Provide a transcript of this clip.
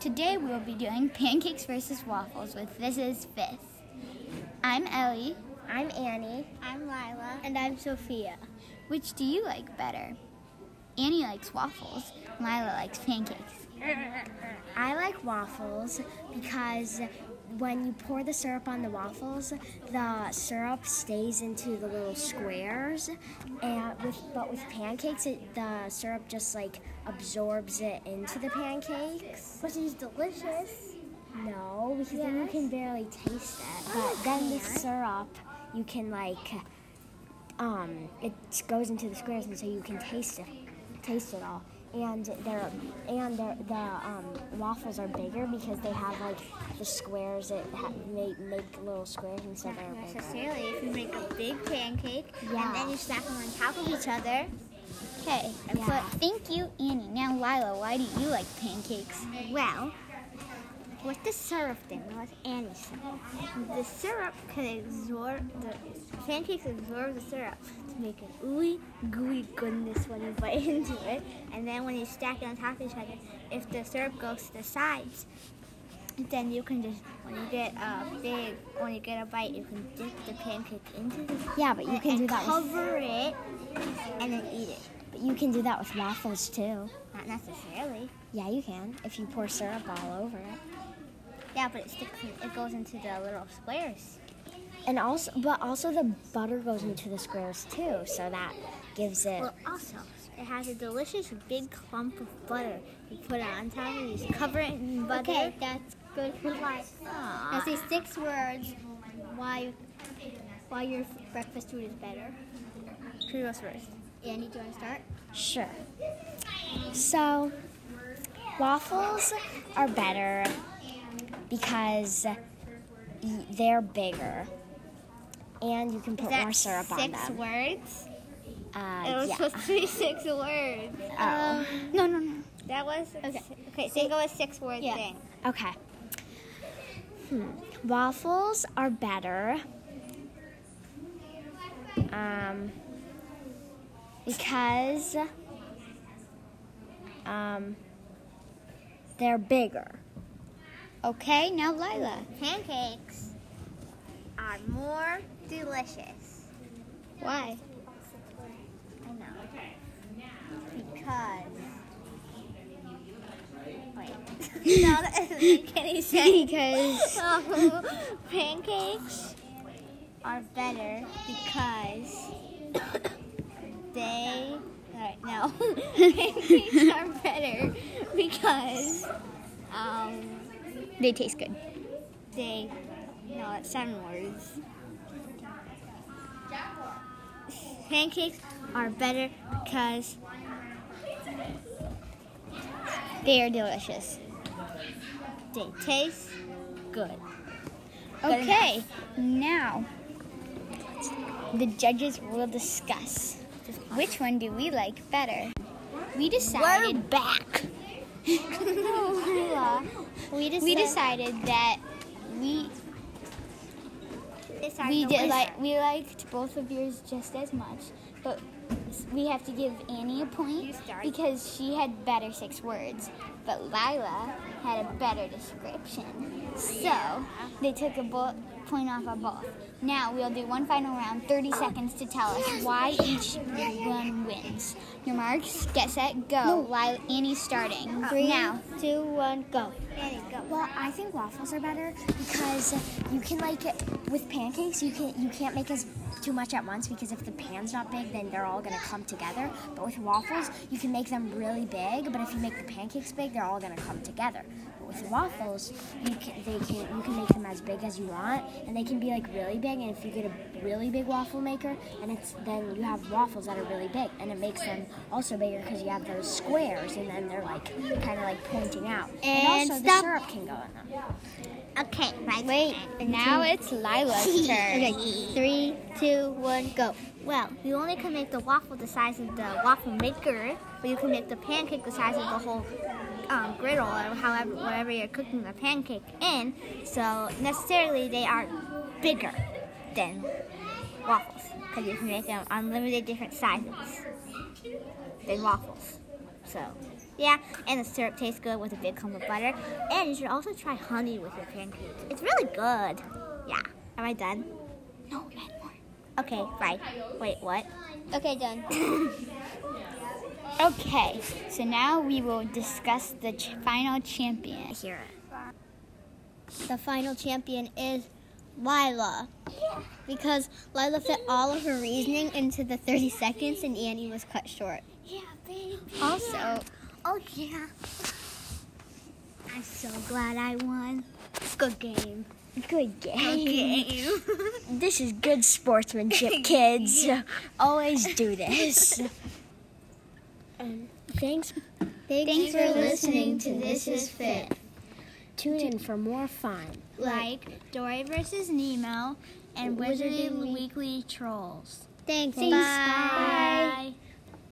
Today we will be doing pancakes versus waffles with This Is Fifth. I'm Ellie. I'm Annie. I'm Lila. And I'm Sophia. Which do you like better? Annie likes waffles. Lila likes pancakes. I like waffles because when you pour the syrup on the waffles, the syrup stays into the little squares, and with but with pancakes, it, the syrup just like absorbs it into the pancakes. Which is delicious. No, because then you Yes. Oh, can barely taste it. But then the syrup, you can like, um, it goes into the squares, and so you can taste it, taste it all. And they're and they're, the um, waffles are bigger because they have like the squares. It ha- they make little squares, and so Not they're bigger. necessarily. If you make a big pancake Yeah. and then you stack them on top of each other, Okay, Yeah. so thank you, Annie. Now, Lila, why do you like pancakes? well, with the syrup thing, what Annie said, the syrup can absorb the pancakes absorb the syrup to make an ooey gooey goodness when you bite into it, and then when you stack it on top of each other, if the syrup goes to the sides, then you can just when you get a big when you get a bite, you can dip the pancake into the Yeah, but you can and do that. With, cover it and then eat it. but you can do that with waffles too. Not necessarily. Yeah, you can if you pour syrup all over it. Yeah, but it sticks. In, it goes into the little squares. And also, but also the butter goes into the squares too, so that gives it. Well, also, it has a delicious big clump of butter. You put it on top and you just cover it in butter. Okay, that's good for Lila. Aw. Now say six words why why your breakfast food is better. Who goes first? Annie, do you want to start? Sure. So, waffles are better because y- they're bigger, and you can put more That's syrup on six them. words. It Uh, was yeah. supposed to be six words. Oh. No, no, no. That was okay. Okay, so you go with six word Yeah. thing. Okay. Hmm. Waffles are better. Um, because um, they're bigger. Okay, now Lila. Pancakes are more delicious. Why? I know. Because. Wait. no, that doesn't make any sense. Because So, pancakes are better because they. Alright, no. pancakes are better because um, They taste good. they. No, it's seven words. Pancakes are better because They are delicious. they taste good. Good Okay, now the judges will discuss which one do we like better. We decided back. we, decided that we we did like we liked both of yours just as much, but we have to give Annie a You point start. because she had better six words, but Lila had a better description. So they took a bo- point off of both. Now we'll do one final round, 30 seconds to tell us why each one wins. Your marks, get set, go. Lila, Annie's Uh, starting. now, two, one, go. Annie, go. well, I think waffles are better because you can like with pancakes you can you can't make as too much at once because if the pan's not big then they're all gonna come together. But with waffles you can make them really big, but if you make the pancakes big they're all gonna come together. But with waffles you can they can you can make them as big as you want and they can be like really big and if you get a really big waffle maker and it's then you have waffles that are really big and it makes them also bigger because you have those squares and then they're like kind of like pointing out And stop. also the syrup can go in them. Okay, right. wait. Now it's Lila's turn. Three, two, one, go. Well, you only can make the waffle the size of the waffle maker, but you can make the pancake the size of the whole um, griddle or however whatever you're cooking the pancake in. So necessarily they are bigger than waffles because you can make them unlimited different sizes than waffles. So Yeah, and the syrup tastes good with a big clump of butter. And you should also try honey with your pancakes. It's really good. Yeah. Am I done? No, you had more. Okay, bye. Wait, what? Okay, done. okay, so now we will discuss the ch- final champion. Here. The final champion is Lila. Because Lila fit all of her reasoning into the 30 seconds and Annie was cut short. Yeah, baby. Also, Oh, yeah. I'm so glad I won. Good game. Good game. game. This is good sportsmanship, kids. Always do this. Um, Thanks. thanks, for listening to This Is Fit. Tune in for more fun. Like Dory versus Nemo and Wizarding Weekly Trolls. Thanks, Bye.